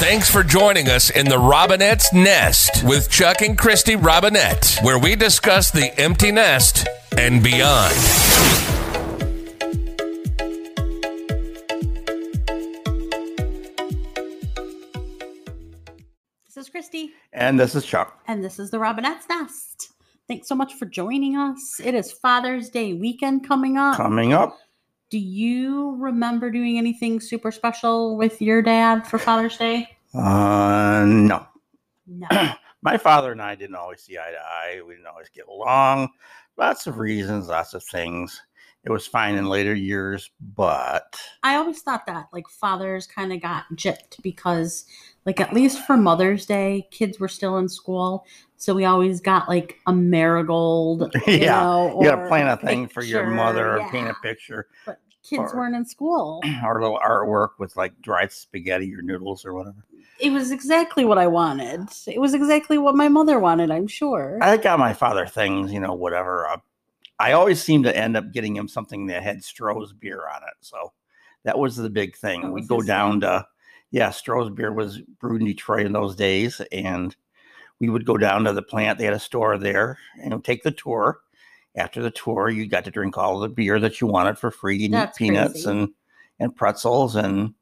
Thanks for joining us in the Robinette's Nest with Chuck and Christy Robinette, where we discuss the empty nest and beyond. This is Christy, And this is Chuck. and this is the Robinette's Nest. Thanks so much for joining us. It is Father's Day weekend coming up. Coming up, Do you remember doing anything super special with your dad for Father's Day? uh, no. No. My father and I didn't always see eye to eye. We didn't always get along. Lots of reasons, lots of things. It was fine in later years, but I always thought that like fathers kind of got gypped because like at least for Mother's Day, kids were still in school, so we always got like a marigold. You Yeah, know, you got to or plan a thing for your picture. mother or Yeah. paint a picture But kids or- weren't in school. or little artwork with like dried spaghetti or noodles or whatever. It was exactly what I wanted. It was exactly what my mother wanted, I'm sure. I got my father things, you know, whatever. Uh, I always seemed to end up getting him something that had Stroh's beer on it. So that was the big thing. That was We'd go his down to, yeah, Stroh's beer was brewed in Detroit in those days. And we would go down to the plant. They had a store there and we'd take the tour. After the tour, you got to drink all the beer that you wanted for free. You'd eat That's peanuts crazy. and, and pretzels. And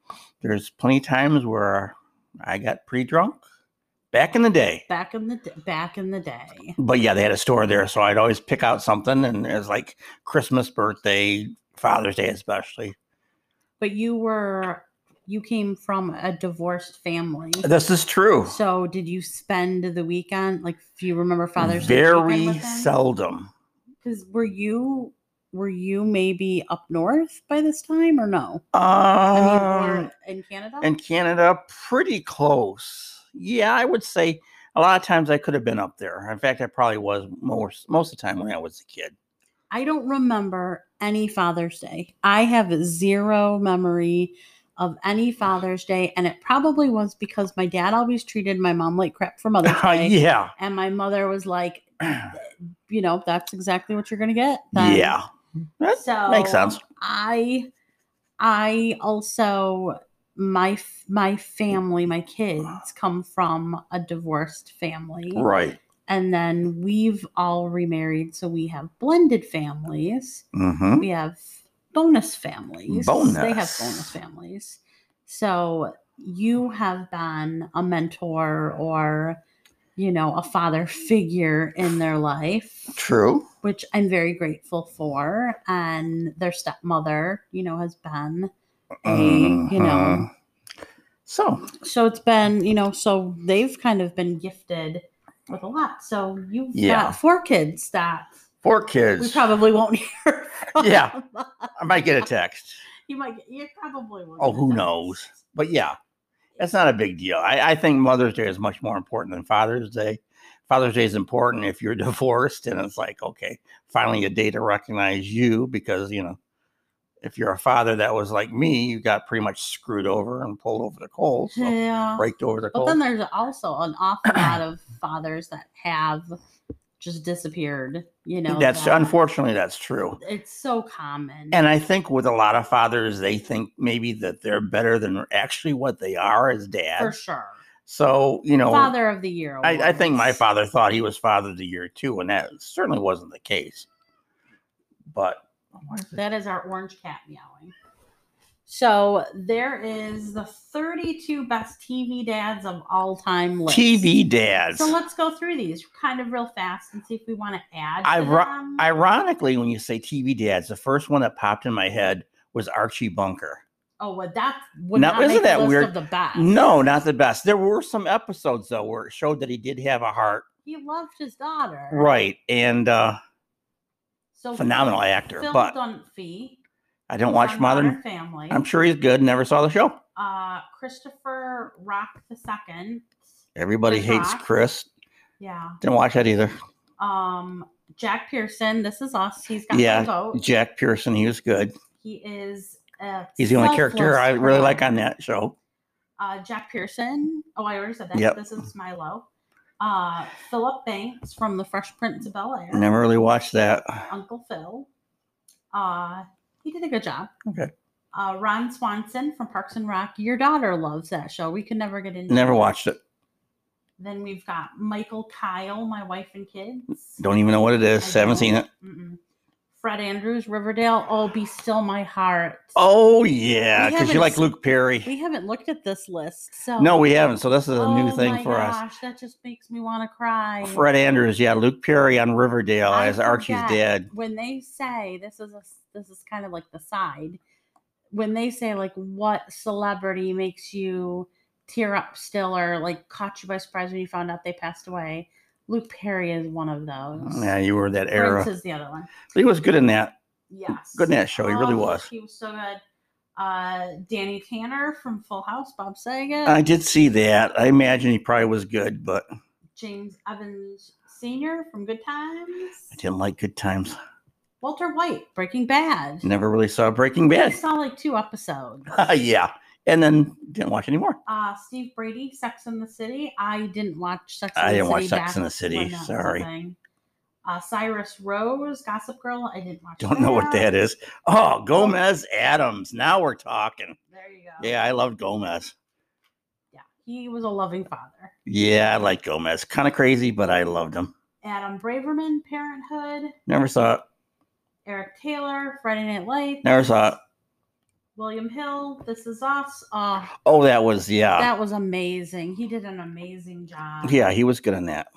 there's plenty of times where I got pretty drunk back in the day. back in the d- back in the day. but yeah, they had a store there, so I'd always pick out something, and it was like Christmas, birthday, Father's Day, especially. But you were you came from a divorced family. This is true. So did you spend the weekend like do you remember Father's Day? Very weekend with them? seldom. Cuz were you were you maybe up north by this time or no? Um, I mean, or in Canada? in Canada, pretty close. Yeah, I would say a lot of times I could have been up there. In fact, I probably was most most of the time when I was a kid. I don't remember any Father's Day. I have zero memory of any Father's Day, and it probably was because my dad always treated my mom like crap for Mother's Day, Uh, yeah, and my mother was like, you know, that's exactly what you're gonna get. then." yeah, that So makes sense. I, I also my f- my family, my kids come from a divorced family, Right. and then we've all remarried, so we have blended families. Mm-hmm. we have bonus families. They have Bonus. bonus families. So you have been a mentor or, you know, a father figure in their life, True. which I'm very grateful for. And their stepmother, you know, has been a, you know, Mhm. So so it's been, you know, so they've kind of been gifted with a lot. So you've Yeah. got four kids that four kids. we probably won't hear. From. Yeah. I might get a text. You might get, you probably will. Oh, get who it done. knows? But yeah, that's not a big deal. I, I think Mother's Day is much more important than Father's Day. Father's Day is important if you're divorced and it's like, okay, finally a day to recognize you because, you know, if you're a father that was like me, you got pretty much screwed over and pulled over the coals, so Yeah. raked over the But then coals. there's also an awful lot of fathers that have just disappeared, you know. That's that- unfortunately that's true. It's so common. And I think with a lot of fathers, they think maybe that they're better than actually what they are as for dads. sure. So, you know, Father of the year. I, I think my awards. father thought he was father of the year too, and that certainly wasn't the case. But That is our orange cat meowing. So there is the 32 best TV dads of all time list. TV dads. So let's go through these kind of real fast and see if we want to add. to Iro- them. Ironically, when you say TV dads, the first one that popped in my head was Archie Bunker. oh, well, that would Now, not make isn't the that list weird? Of the best. No, not the best. There were some episodes though where it showed that he did have a heart, he loved his daughter. right? And uh, So phenomenal actor. Phil but Dunphy. I don't who's watch on Modern Modern. Family. I'm sure he's good. Never saw the show. Uh, Christopher Rock the second. Everybody Chris hates Rock. Chris. Yeah. Didn't watch that either. Um, Jack Pearson. This is us. He's got Yeah, my vote. Jack Pearson, he was good. He is. A He's the only character selfless I really like on provider. that show. Uh, Jack Pearson. Oh, I already said that. Yep. This is Milo. Uh, Philip Banks from The Fresh Prince of Bel Air. Never really watched that. Uncle Phil. Uh, he did a good job. Okay. Uh, Ron Swanson from Parks and Rec. Your daughter loves that show. We could never get into Never it. watched it. Then we've got Michael Kyle, My Wife and Kids. Don't even know what it is. I Haven't don't. seen it. Mm-mm. Fred Andrews, Riverdale. Oh, Be Still My Heart. Oh yeah, We because you haven't like s- Luke Perry. We haven't looked at this list. So No, we haven't. So this is a new Oh thing my for us. gosh, That just makes me want to cry. Fred Andrews, yeah, Luke Perry on Riverdale I as Archie's forget dad. When they say this is a s- this is kind of like the side. When they say like what celebrity makes you tear up still or like caught you by surprise when you found out they passed away, Luke Perry is one of those. Yeah, you were that era. Prince is the other one. He was good in that. Yes. Good in that show. He really Oh, was. He was so good. Uh, Danny Tanner from Full House, Bob Saget, I did see that. I imagine he probably was good, but I James Evans Senior from Good Times. didn't like Good Times. Walter White, Breaking Bad. Never really saw Breaking I Bad. saw like two episodes. yeah, and then didn't watch anymore. Uh, Steve Brady, Sex in the City. I didn't watch Sex. In I the didn't watch City Sex back and the City, when that was a sorry. thing. Uh, Cyrus Rose, Gossip Girl. I didn't watch. Don't know what that is. Oh, Gomez Adams. Now we're talking. There you go. Yeah, I love Gomez. yeah. He was a loving father. Yeah, I like Gomez. Kind of crazy, but I loved him. Adam Braverman, Parenthood. Never saw it. Eric Taylor, Friday Night Lights. Never saw it. William Hill, This Is Us. Uh, Oh, that was yeah. that was amazing. He did an amazing job. yeah, he was good in that.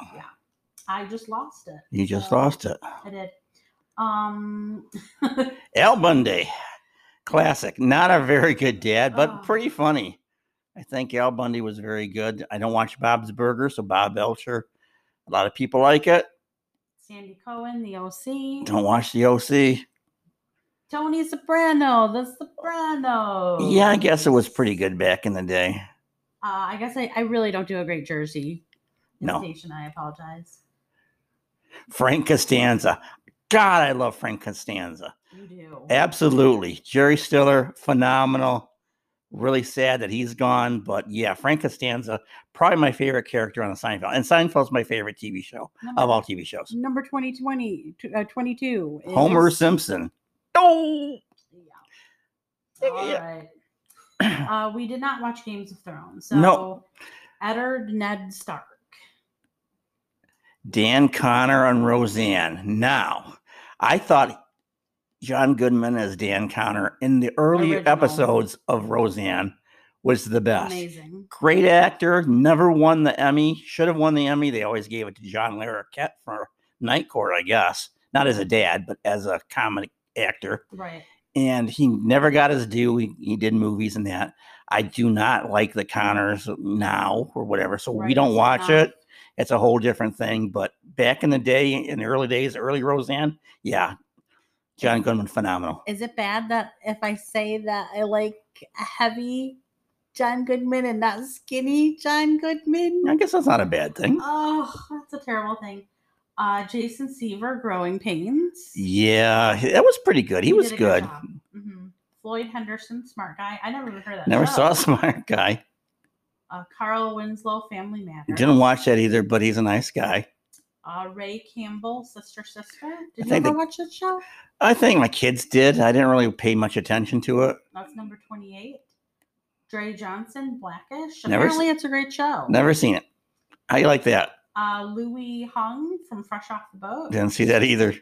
I just lost it. You just so lost it. I did. Um, Al Bundy, classic. Not a very good dad, but Oh. pretty funny. I think Al Bundy was very good. I don't watch Bob's Burgers, so Bob Belcher. A lot of people like it. Sandy Cohen, The OC. Don't watch the OC. Tony Soprano, The Sopranos. Yeah, I guess it was pretty good back in the day. Uh, I guess I, I really don't do a great Jersey No. imitation. I apologize. Frank Costanza. God, I love Frank Costanza. You do. Absolutely. Jerry Stiller, phenomenal. Really sad that he's gone, but yeah, Frank Costanza, probably my favorite character on the Seinfeld. And Seinfeld's my favorite TV show number, of all TV shows. number 2020, tw- uh, 22. is- Homer Simpson. Oh, Yeah. Yeah. All right. Uh, we did not watch Games of Thrones. So No. Eddard Ned Stark. Dan Connor on Roseanne. Now, I thought John Goodman as Dan Connor in the earlier Original. episodes of Roseanne was the best. Amazing. Great actor, never won the Emmy. Should have won the Emmy. They always gave it to John Larroquette for Night Court, I guess. Not as a dad, but as a comedy actor. Right. And he never got his due. He, he did movies and that. I do not like the Connors now or whatever. So we right, don't it's watch not- it. It's a whole different thing. But back in the day, in the early days, early Roseanne, yeah, John Goodman, phenomenal. Is it bad that if I say that I like a heavy John Goodman and not skinny John Goodman? I guess that's not a bad thing. Oh, that's a terrible thing. Uh, Jason Seaver, Growing Pains. Yeah, he- that was pretty good. He, was did a good. job. Mhm. Floyd Henderson, Smart Guy. I never even heard of that. Never show. saw a smart guy. Uh, Carl Winslow, Family Matters. Didn't watch that either, but he's a nice guy. Uh, Ray Campbell, Sister Sister. Did you think ever the- watch that show? I think my kids did. I didn't really pay much attention to it. That's number twenty-eight. Dre Johnson, Blackish. Never s- Apparently, it's a great show. Never seen it. I like that. Uh, Louis Hung from Fresh Off the Boat. Didn't see that either.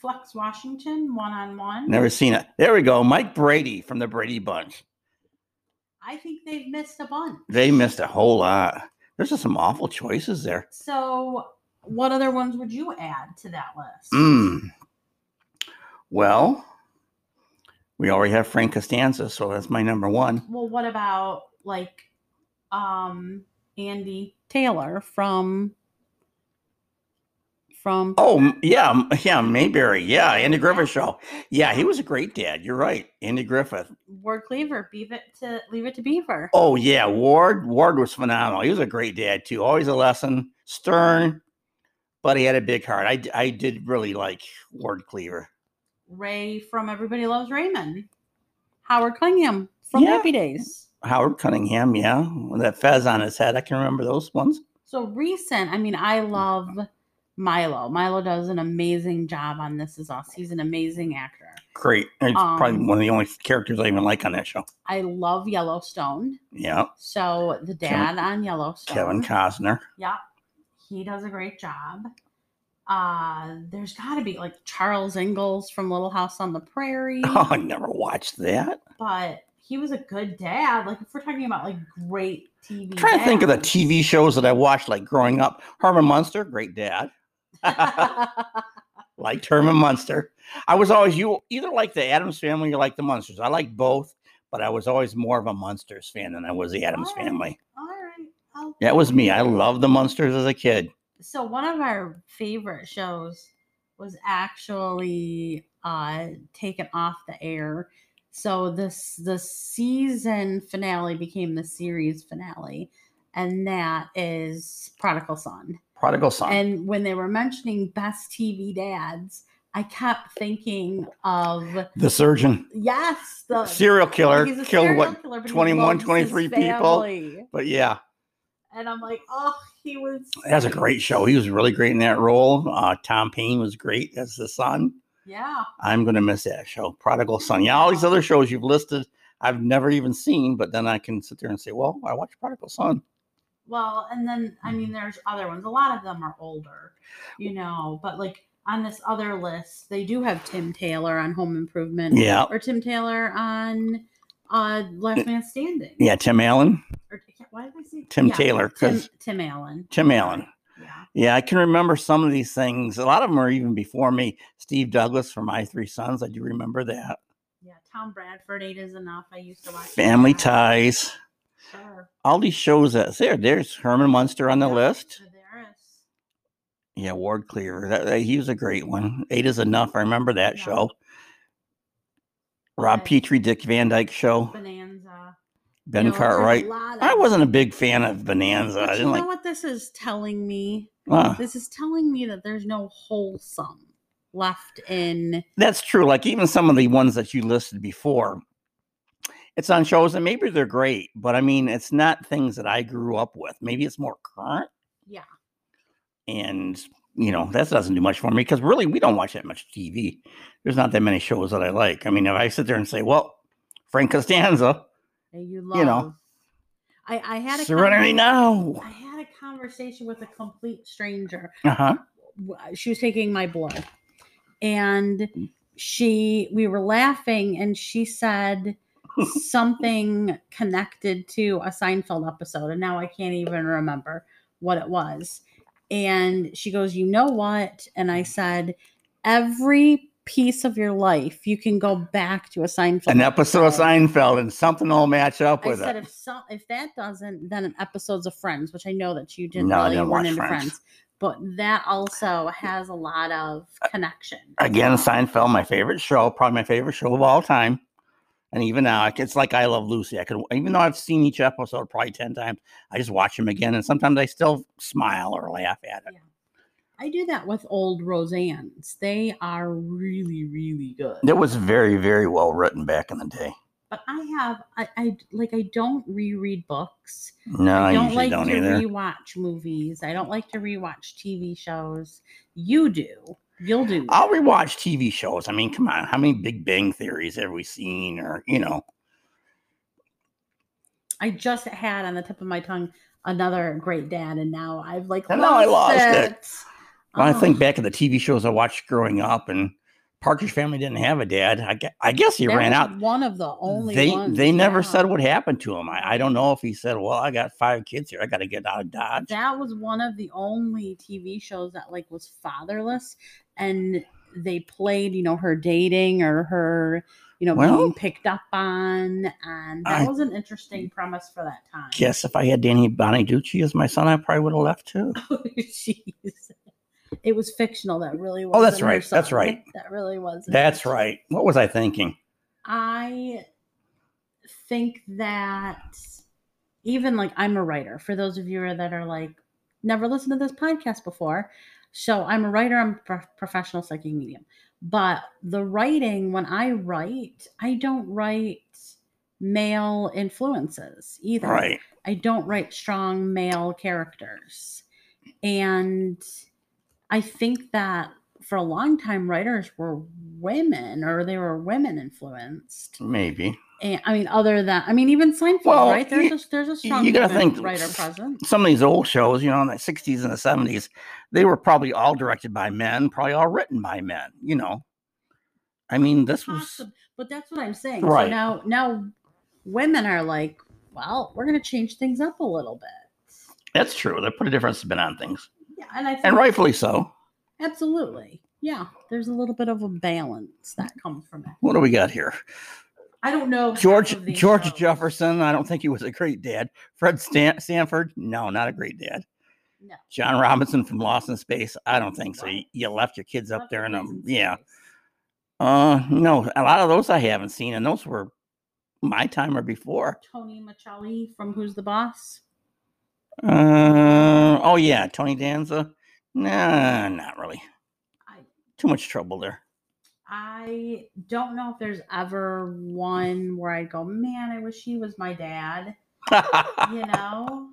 Flex Washington, One on One. Never seen it. There we go. Mike Brady from the Brady Bunch. I think they've missed a bunch. They missed a whole lot. There's just some awful choices there. So, what other ones would you add to that list? Mm. Well, we already have Frank Costanza, so that's my number one. Well, what about like um Andy Taylor from from Oh m- yeah, m- yeah, Mayberry. Yeah, Andy Griffith show. Yeah, he was a great dad. You're right, Andy Griffith. Ward Cleaver, Leave It to Leave It to Beaver. Oh yeah, Ward. Ward was phenomenal. He was a great dad too. Always a lesson, stern, but he had a big heart. I d- I did really like Ward Cleaver. Ray from Everybody Loves Raymond. Howard Cunningham from Yeah. Happy Days. Howard Cunningham, yeah, with that fez on his head. I can remember those ones. So recent, I mean, I love Milo. Milo does an amazing job on This Is Us. He's an amazing actor. Great. It's probably Um, one of the only characters I even like on that show. I love Yellowstone. Yeah. So the dad on Yellowstone, Kevin Costner. Yeah, he does a great job. Uh, there's got to be like Charles Ingalls from Little House on the Prairie, Oh, I never watched that. but he was a good dad. Like if we're talking about like great TV, I'm trying to think of the dads. TV shows that I watched like growing up. Herman Munster, great dad. liked Herman Munster. I was always you either like the Adams family or like the Munsters. I liked both, but I was always more of a Munsters fan than I was the Adams Alright. family. All right. I'll- That was me. I loved the Munsters as a kid. so one of our favorite shows was actually uh taken off the air so this the season finale became the series finale and that is prodigal son Prodigal Son. and when they were mentioning best tv dads i kept thinking of the surgeon. yes the Serial killer. Oh, he's a Killed serial what? killer, but he 21, loves his 23 people? family. But yeah, and i'm like oh he was that's a sweet. great show. He was really great in that role. Uh, Tom Payne was great as the son. yeah I'm gonna miss that show. Prodigal Son. Yeah, all these other shows you've listed, I've never even seen, but then I can sit there and say, Well, I watched Prodigal Son. Well, and then I Mm-hmm. mean, there's other ones. A lot of them are older, you know. But like on this other list, they do have Tim Taylor on Home Improvement, Yeah. or Tim Taylor on uh Last Man Standing. Yeah, Tim Allen. Or, why did I say Tim yeah, Taylor, Tim, 'cause- Tim Allen. Tim Allen. Yeah. Yeah, I can remember some of these things. A lot of them are even before me. Steve Douglas from My Three Sons. I do remember that. Yeah. Tom Bradford. Eight is enough. I used to watch Family time. Ties. Sure. All these shows that there. There's Herman Munster on the Yeah, list. so There is. Yeah, Ward Cleaver. That, that- he was a great one. Eight is enough. I remember that Yeah. show. Rob Right. Petrie, Dick Van Dyke show. Bonanza. Ben You know, there's a Cartwright. lot of- I wasn't a big fan of Bonanza. But I you didn't know like. what this is telling me? Huh. this is telling me that there's no wholesome left in That's true. Like even some of the ones that you listed before, it's on shows and maybe they're great, but I mean, it's not things that I grew up with. Maybe it's more current. Yeah. And, you know, that doesn't do much for me because really we don't watch that much TV. There's not that many shows that I like. I mean, if I sit there and say, well, Frank Costanza, that you love. You know. I, I had a Serenity conver- Now. I had a conversation with a complete stranger. Uh huh. W- She was taking my blood, and she we were laughing, and she said something connected to a Seinfeld episode, and now I can't even remember what it was. And she goes, "You know what?" And I said, "Every." piece of your life you can go back to a Seinfeld An episode of Seinfeld and something will match up I with said it. if some if that doesn't, then episodes of Friends, which I know that you didn't No, I really didn't run watch into Friends. Friends. but that also has a lot of Uh, connection. Again, Seinfeld, my favorite show, probably my favorite show of all time. And even now, like, it's like I Love Lucy. I could, even though I've seen each episode probably 10 times, I just watch them again. And sometimes I still smile or laugh at it. I do that with old Roseanne's. They are really, really good. It was very, very well written back in the day. But I have, I, I like, I don't reread books. No, I, I don't usually like don't to either. rewatch movies. I don't like to rewatch TV shows. You do. You'll do. I'll rewatch TV shows. I mean, come on. How many Big Bang Theories have we seen? Or, you know, I just had on the tip of my tongue another great dad, and now I've like And now I lost it. when I Oh, think back of the TV shows I watched growing up and Partridge Family didn't have a dad. I, gue- I guess he that ran was out. One of the only they ones, they never yeah. said what happened to him. I, I don't know if he said, "Well, I got five kids here. I got to get out of Dodge." that was one of the only TV shows that like was fatherless, and they played you know her dating or her you know Well, being picked up on, and that I- was an interesting premise for that time. Guess if I had Danny Bonaducci as my son, I probably would have left too. Oh, Jeez. It was fictional. That really was. Oh, that's right, that's right. That really was. That's right. What was I thinking? I think that even like I'm a writer, for those of you that are like, never listened to this podcast before. So I'm a writer, I'm a pro- professional psychic medium. But the writing, when I write, I don't write male influences either. Right. I don't write strong male characters. And I think that for a long time, writers were women or they were women influenced. Maybe And, I mean, other than I mean, even Seinfeld, Well, right? There's you- a there's a strong you gotta women think- writer present. some of these old shows, you know, in the '60s and the '70s, they were probably all directed by men, probably all written by men. You know, I mean, this was Possib- But that's what I'm saying. Right. So now now women are like, well, we're gonna change things up a little bit. that's true. They put a different spin on things, Yeah, and I think and rightfully so. absolutely. Yeah, there's a little bit of a balance that comes from it. What do we got here? I don't know. half George of these George shows. Jefferson. I don't think he was a great dad. Fred Stan- Stanford. No, not a great dad. No. John Robinson from Lost in Space. I don't think so. You, you left your kids up Love there, the and kids um, in yeah. space. Uh, no, a lot of those I haven't seen, and those were my time or before. Tony Machali from Who's the Boss. Uh, oh yeah, Tony Danza. Nah, not really. I- Too much trouble there. I don't know if there's ever one where I go, man, I wish he was my dad. You know,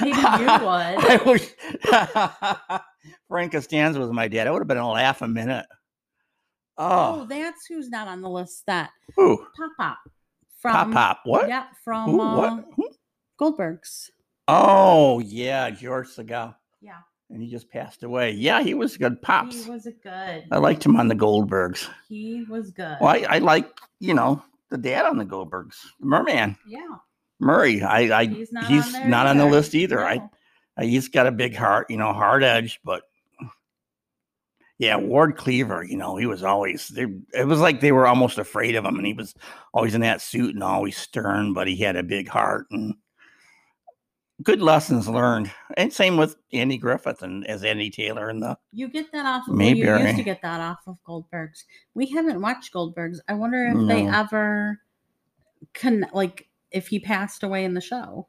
maybe you would. I wish Frank Costanza was my dad. I would have been a laugh a minute. Oh, Oh, that's who's not on the list. That ooh, Pop Pop pop Oh, from pop. What? Yeah, Who, from uh, what? Who? Goldberg's. Oh yeah, George Segal. Yeah, And he just passed away. Yeah, he was good pops. Uh, he was a good. I liked him on the Goldbergs. He was good. Well, I, I like you know the dad on the Goldbergs, Merman Yeah, Murray. I, I he's not. he's on there not on the list either. I No. Uh, He's got a big heart, you know, hard edge, but yeah, Ward Cleaver, you know, he was always they, it was like they were almost afraid of him and he was always in that suit and always stern, but he had a big heart and good lessons learned. And same with Andy Griffith and as Andy Taylor and the You get that off. Of, Maybe, Maybe you right? used to get that off of Goldberg's. We haven't watched Goldberg's. I wonder if they No. ever can like if he passed away in the show.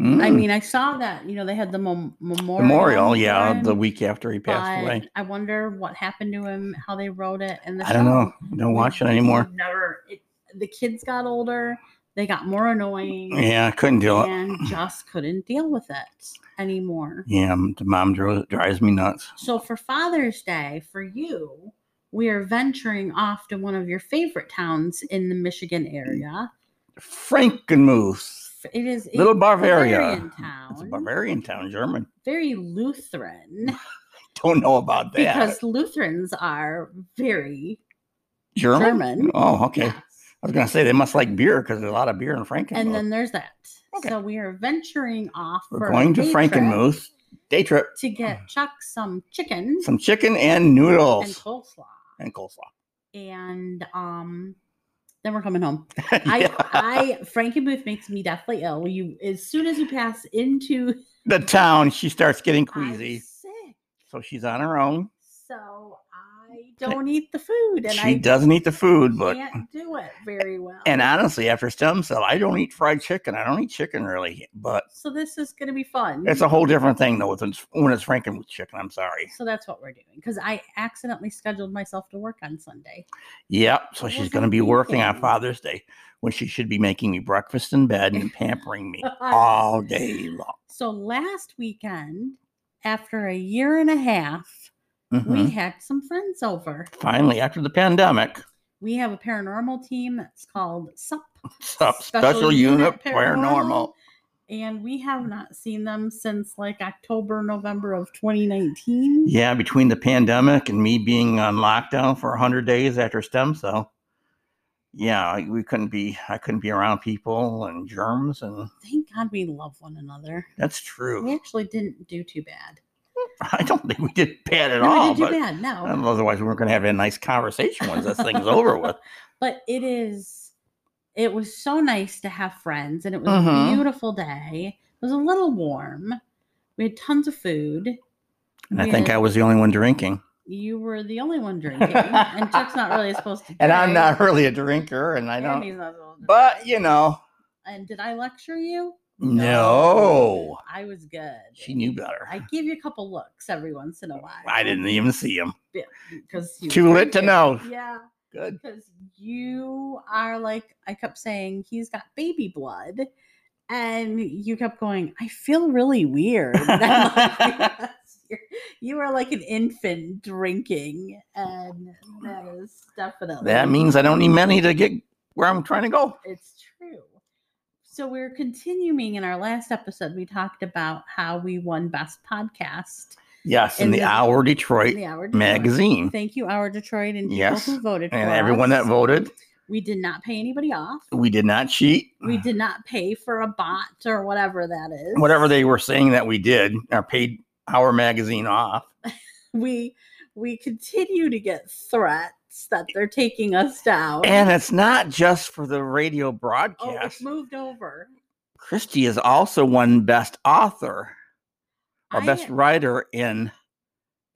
I Mm, mean, I saw that you know they had the mem- memorial. memorial, yeah, for him, the week after he passed but away. I wonder what happened to him, how they wrote it, and the I don't show. know. I don't We- watch it anymore. we've Never. It, the kids got older. They got more annoying. Yeah, I couldn't do it. and just couldn't deal with it anymore. Yeah, m- the mom dro- drives me nuts. So for Father's Day, for you, we are venturing off to one of your favorite towns in the Michigan area. Frankenmuth. It is a Little Bavaria. town, It's a Bavarian town, German. very Lutheran Don't know about that. because Lutherans are very German. German. Oh, okay. Yes. I was gonna say they must like beer because there's a lot of beer in Frankenmuth. And then there's that. Okay. So we are venturing off. we're for a going to day trip Frankenmuth day trip, to get Chuck some chicken some chicken and and noodles coleslaw. and coleslaw. and um then we're coming home. Yeah. I uh, I Frankie Booth makes me deathly ill. You as soon as you pass into the town, she starts getting I'm queasy, sick. so she's on her own. So I don't eat the food and she I doesn't eat the food, but can't do it very well. and honestly, after stem cell, I don't eat fried chicken. I don't eat chicken really, but so this is gonna be fun. it's a whole different thing though when it's, when it's Frankenmuth chicken. I'm sorry. so that's what we're doing because I accidentally scheduled myself to work on Sunday. Yep. So What she's was going I to be working on thinking? Father's Day when she should be making me breakfast in bed and pampering me all day long. So last weekend, after a year and a half, we Mhm. had some friends over. Finally, after the pandemic, We have a paranormal team that's called SUP. sup, special, unit paranormal. And we have not seen them since like October, November of 2019. Yeah, between the pandemic and me being on lockdown for 100 days after stem cell. Yeah, I- we couldn't be, I couldn't be around people and germs. And Thank God we love one another. that's true. We actually didn't do too bad. I don't think we did bad at no, all. we didn't But do bad. No. otherwise, we weren't going to have a nice conversation once this thing's over with. But it is, it was so nice to have friends and it was Mhm. a beautiful day. It was a little warm. We had tons of food. And I We think had- I was the only one drinking. You were the only one drinking, and Chuck's not really supposed to. And I'm drink, not really a drinker, and I and don't. he's not supposed to But drink. you know, And did I lecture you? no, I was good. she knew better. I give you a couple looks every once in a while. I didn't even see him. because Too lit to know. Yeah, Good. because you are like I kept saying he's got baby blood, and you kept going. I feel really weird. And I'm like, "Yes, you're, you are like an infant drinking, and that is definitely That means I don't need many to get where I'm trying to go. It's true. So we're continuing in our last episode. We talked about how we won best podcast Yes, in And the the- Hour in Detroit the Hour Detroit. magazine. Thank you, Our Detroit, and people Yes, who voted and for everyone us. that voted, We did not pay anybody off. we did not cheat. We did not pay for a bot or whatever that is. Whatever they were saying that we did, or paid our magazine off. we we continue to get threats that they're taking us down. And it's not just for the radio oh, it's broadcast. moved over. Christie is also won best author or I- best writer in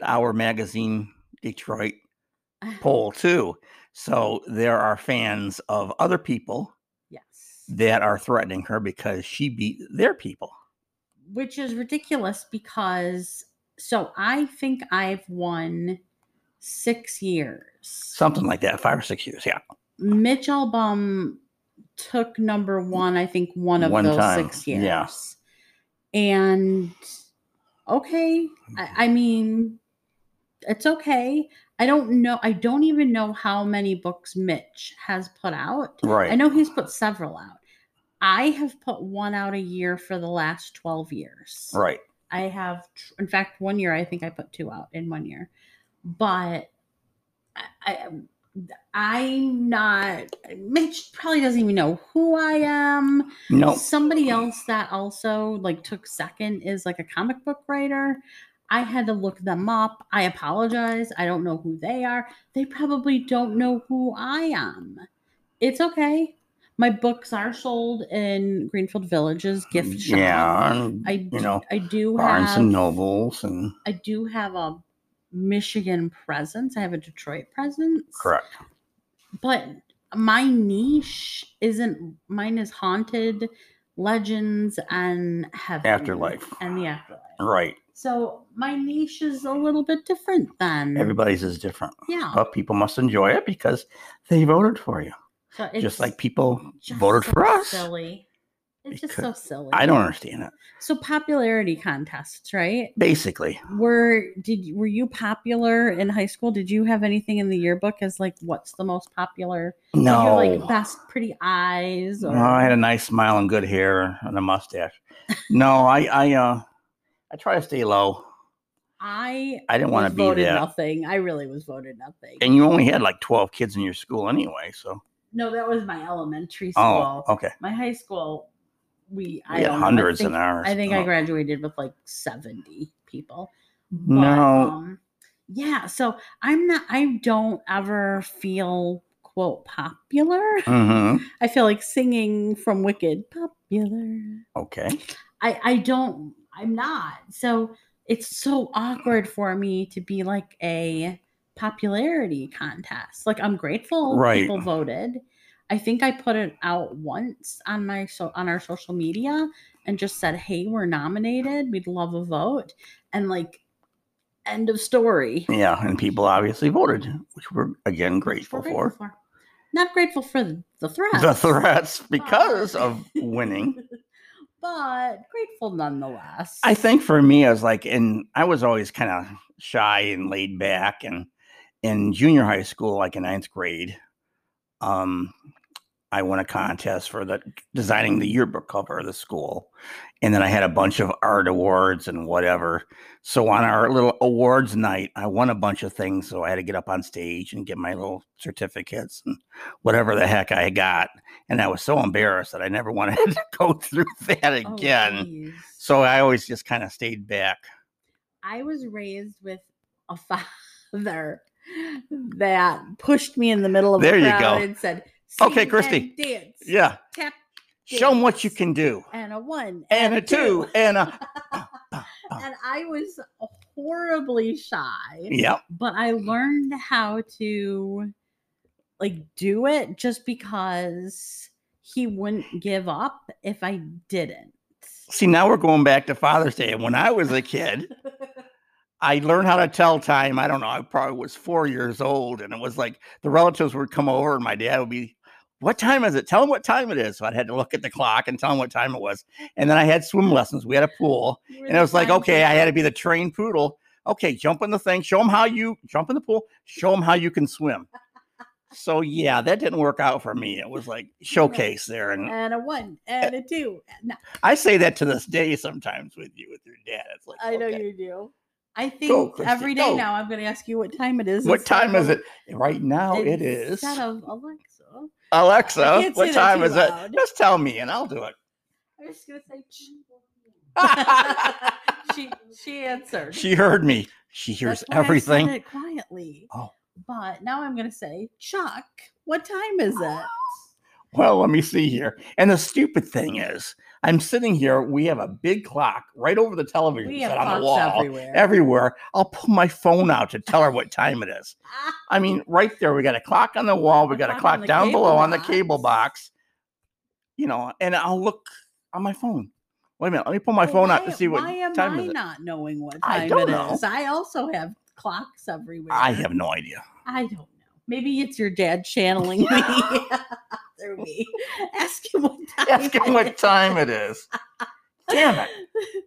the Our Magazine Detroit poll, too. So there are fans of other people Yes. that are threatening her because she beat their people. which is ridiculous because so I think I've won six years. Something like that, five or six years. Yeah. Mitch Album took number one, I think, one of One those time, six years. yeah. And okay, I, I mean, it's okay. I don't know. I don't even know how many books Mitch has put out. Right. I know he's put several out. I have put one out a year for the last 12 years. Right. I have, tr- in fact, one year I think I put two out in one year, but I, I I'm not. Mitch probably doesn't even know who I am. No. Somebody else that also like took second is like a comic book writer. I had to look them up. I apologize. I don't know who they are. They probably don't know who I am. It's okay. My books are sold in Greenfield Village's gift shop. Yeah. and, I you d- know, I do Barnes have and Nobles and I do have a Michigan presence. I have a Detroit presence. correct. But my niche isn't mine is haunted legends and heaven Afterlife. and the afterlife. Right. So my niche is a little bit different than Everybody's is different. Yeah. But people must enjoy it because they voted for you. So just it's like people just voted so for us. Silly. It's just so Because silly. I don't understand it. So popularity contests, right? Basically, were did you- were you popular in high school did you have anything in the yearbook as like what's the most popular Did you no. have, like best pretty eyes No, or I had a nice smile and good hair and a mustache. no, I, I, uh, I try to stay low. i I didn't want was to be voted that. nothing i really was voted nothing And you only had like twelve kids in your school anyway, so no that was my elementary oh, school okay. my high school we i We had don't know, I hundreds think- in ours. i think Oh. i graduated with like 70 people But, No. um, yeah so i'm not i don't ever feel quote popular Mm-hmm. I feel like singing from Wicked popular. Okay. I I don't I'm not. So it's so awkward for me to be like a popularity contest. Like I'm grateful Right. people voted. I think I put it out once on my so on our social media and just said, "Hey, we're nominated. We'd love a vote." And like end of story. Yeah, and people obviously voted, which we're again Which we're grateful for. Not grateful for the, the threat. The threats because of winning. but grateful nonetheless. I think for me, I was like, and I was always kind of shy and laid back. And in junior high school, like in ninth grade, um, I won a contest for the designing the yearbook cover of the school, and then I had a bunch of art awards and whatever. So on our little awards night, I won a bunch of things. So I had to get up on stage and get my little certificates and whatever the heck I got. And I was so embarrassed that I never wanted to go through that Oh, again. geez. So I always just kind of stayed back. I was raised with a father that pushed me in the middle of There a you go. crowd and said, Okay, "Sing Christy. and dance, Yeah. tap, Show them what you dance." can do. and a one And a two. And a. and I was horribly shy, Yep. but I learned how to like do it just because he wouldn't give up if I didn't. See, now we're going back to Father's Day. And when I was a kid, I learned how to tell time. I don't know. I probably was four years old. And it was like the relatives would come over and my dad would be, What time is it? Tell him what time it is. So I'd had to look at the clock and tell him what time it was. And then I had swim lessons. We had a pool. You were And the it was like, time Okay, I had to taker. be the trained poodle. Okay, jump in the thing. Show them how you jump in the pool. Show them how you can swim. So yeah, that didn't work out for me. It was like showcase there, and and a one and a two. No, I say that to this day sometimes with you with your dad. It's like I know okay, you do. I think Christy, every day go. now I'm going to ask you what time it is. What instead time is of- it? Right now it is. Instead of Alexa, I Alexa, can't say what that time too is it? loud. Just tell me and I'll do it. I'm just going to say. "Ch." she she answered. She heard me. She hears That's why I everything. said it quietly. Oh. But now I'm going to say, Chuck, what time is it? Oh, Well, let me see here. And the stupid thing is, I'm sitting here. We have a big clock right over the television We set have on the clocks wall. everywhere. Everywhere. I'll pull my phone out to tell her what time it is. Ah, I mean, right there, we got a clock on the wall. We A got a clock on clock the down cable below on the box. cable box. You know, and I'll look on my phone. Wait a minute. Let me pull my well, phone out to why- see what why am time I is it. not knowing what I time it is? don't know. I also have clocks everywhere. I have no idea. I don't know. Maybe it's your dad channeling me through me. Ask him what time. Ask him it what is. time it is. Damn it.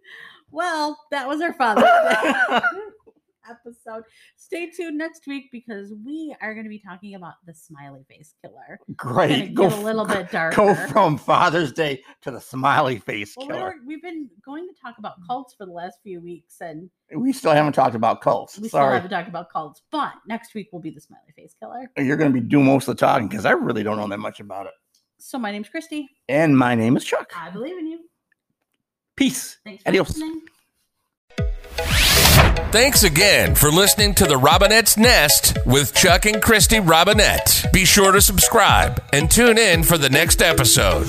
Well, that was our Father's Day episode. Stay tuned next week because we are going to be talking about the smiley face killer. We're gonna Great. Go get a f- little bit darker. Go from Father's Day to the smiley face Well, we killer. were, we've been going to talk about cults for the last few weeks, and We still haven't talked about cults. we still Sorry. haven't talked about cults. But next week will be the smiley face killer. You're going to be doing most of the talking because I really don't know that much about it. So my name's Christy. And my name is Chuck. I believe in you. Peace. Thanks for Adios. listening. Thanks again for listening to the Robinette's Nest with Chuck and Christy Robinette. Be sure to subscribe and tune in for the next episode.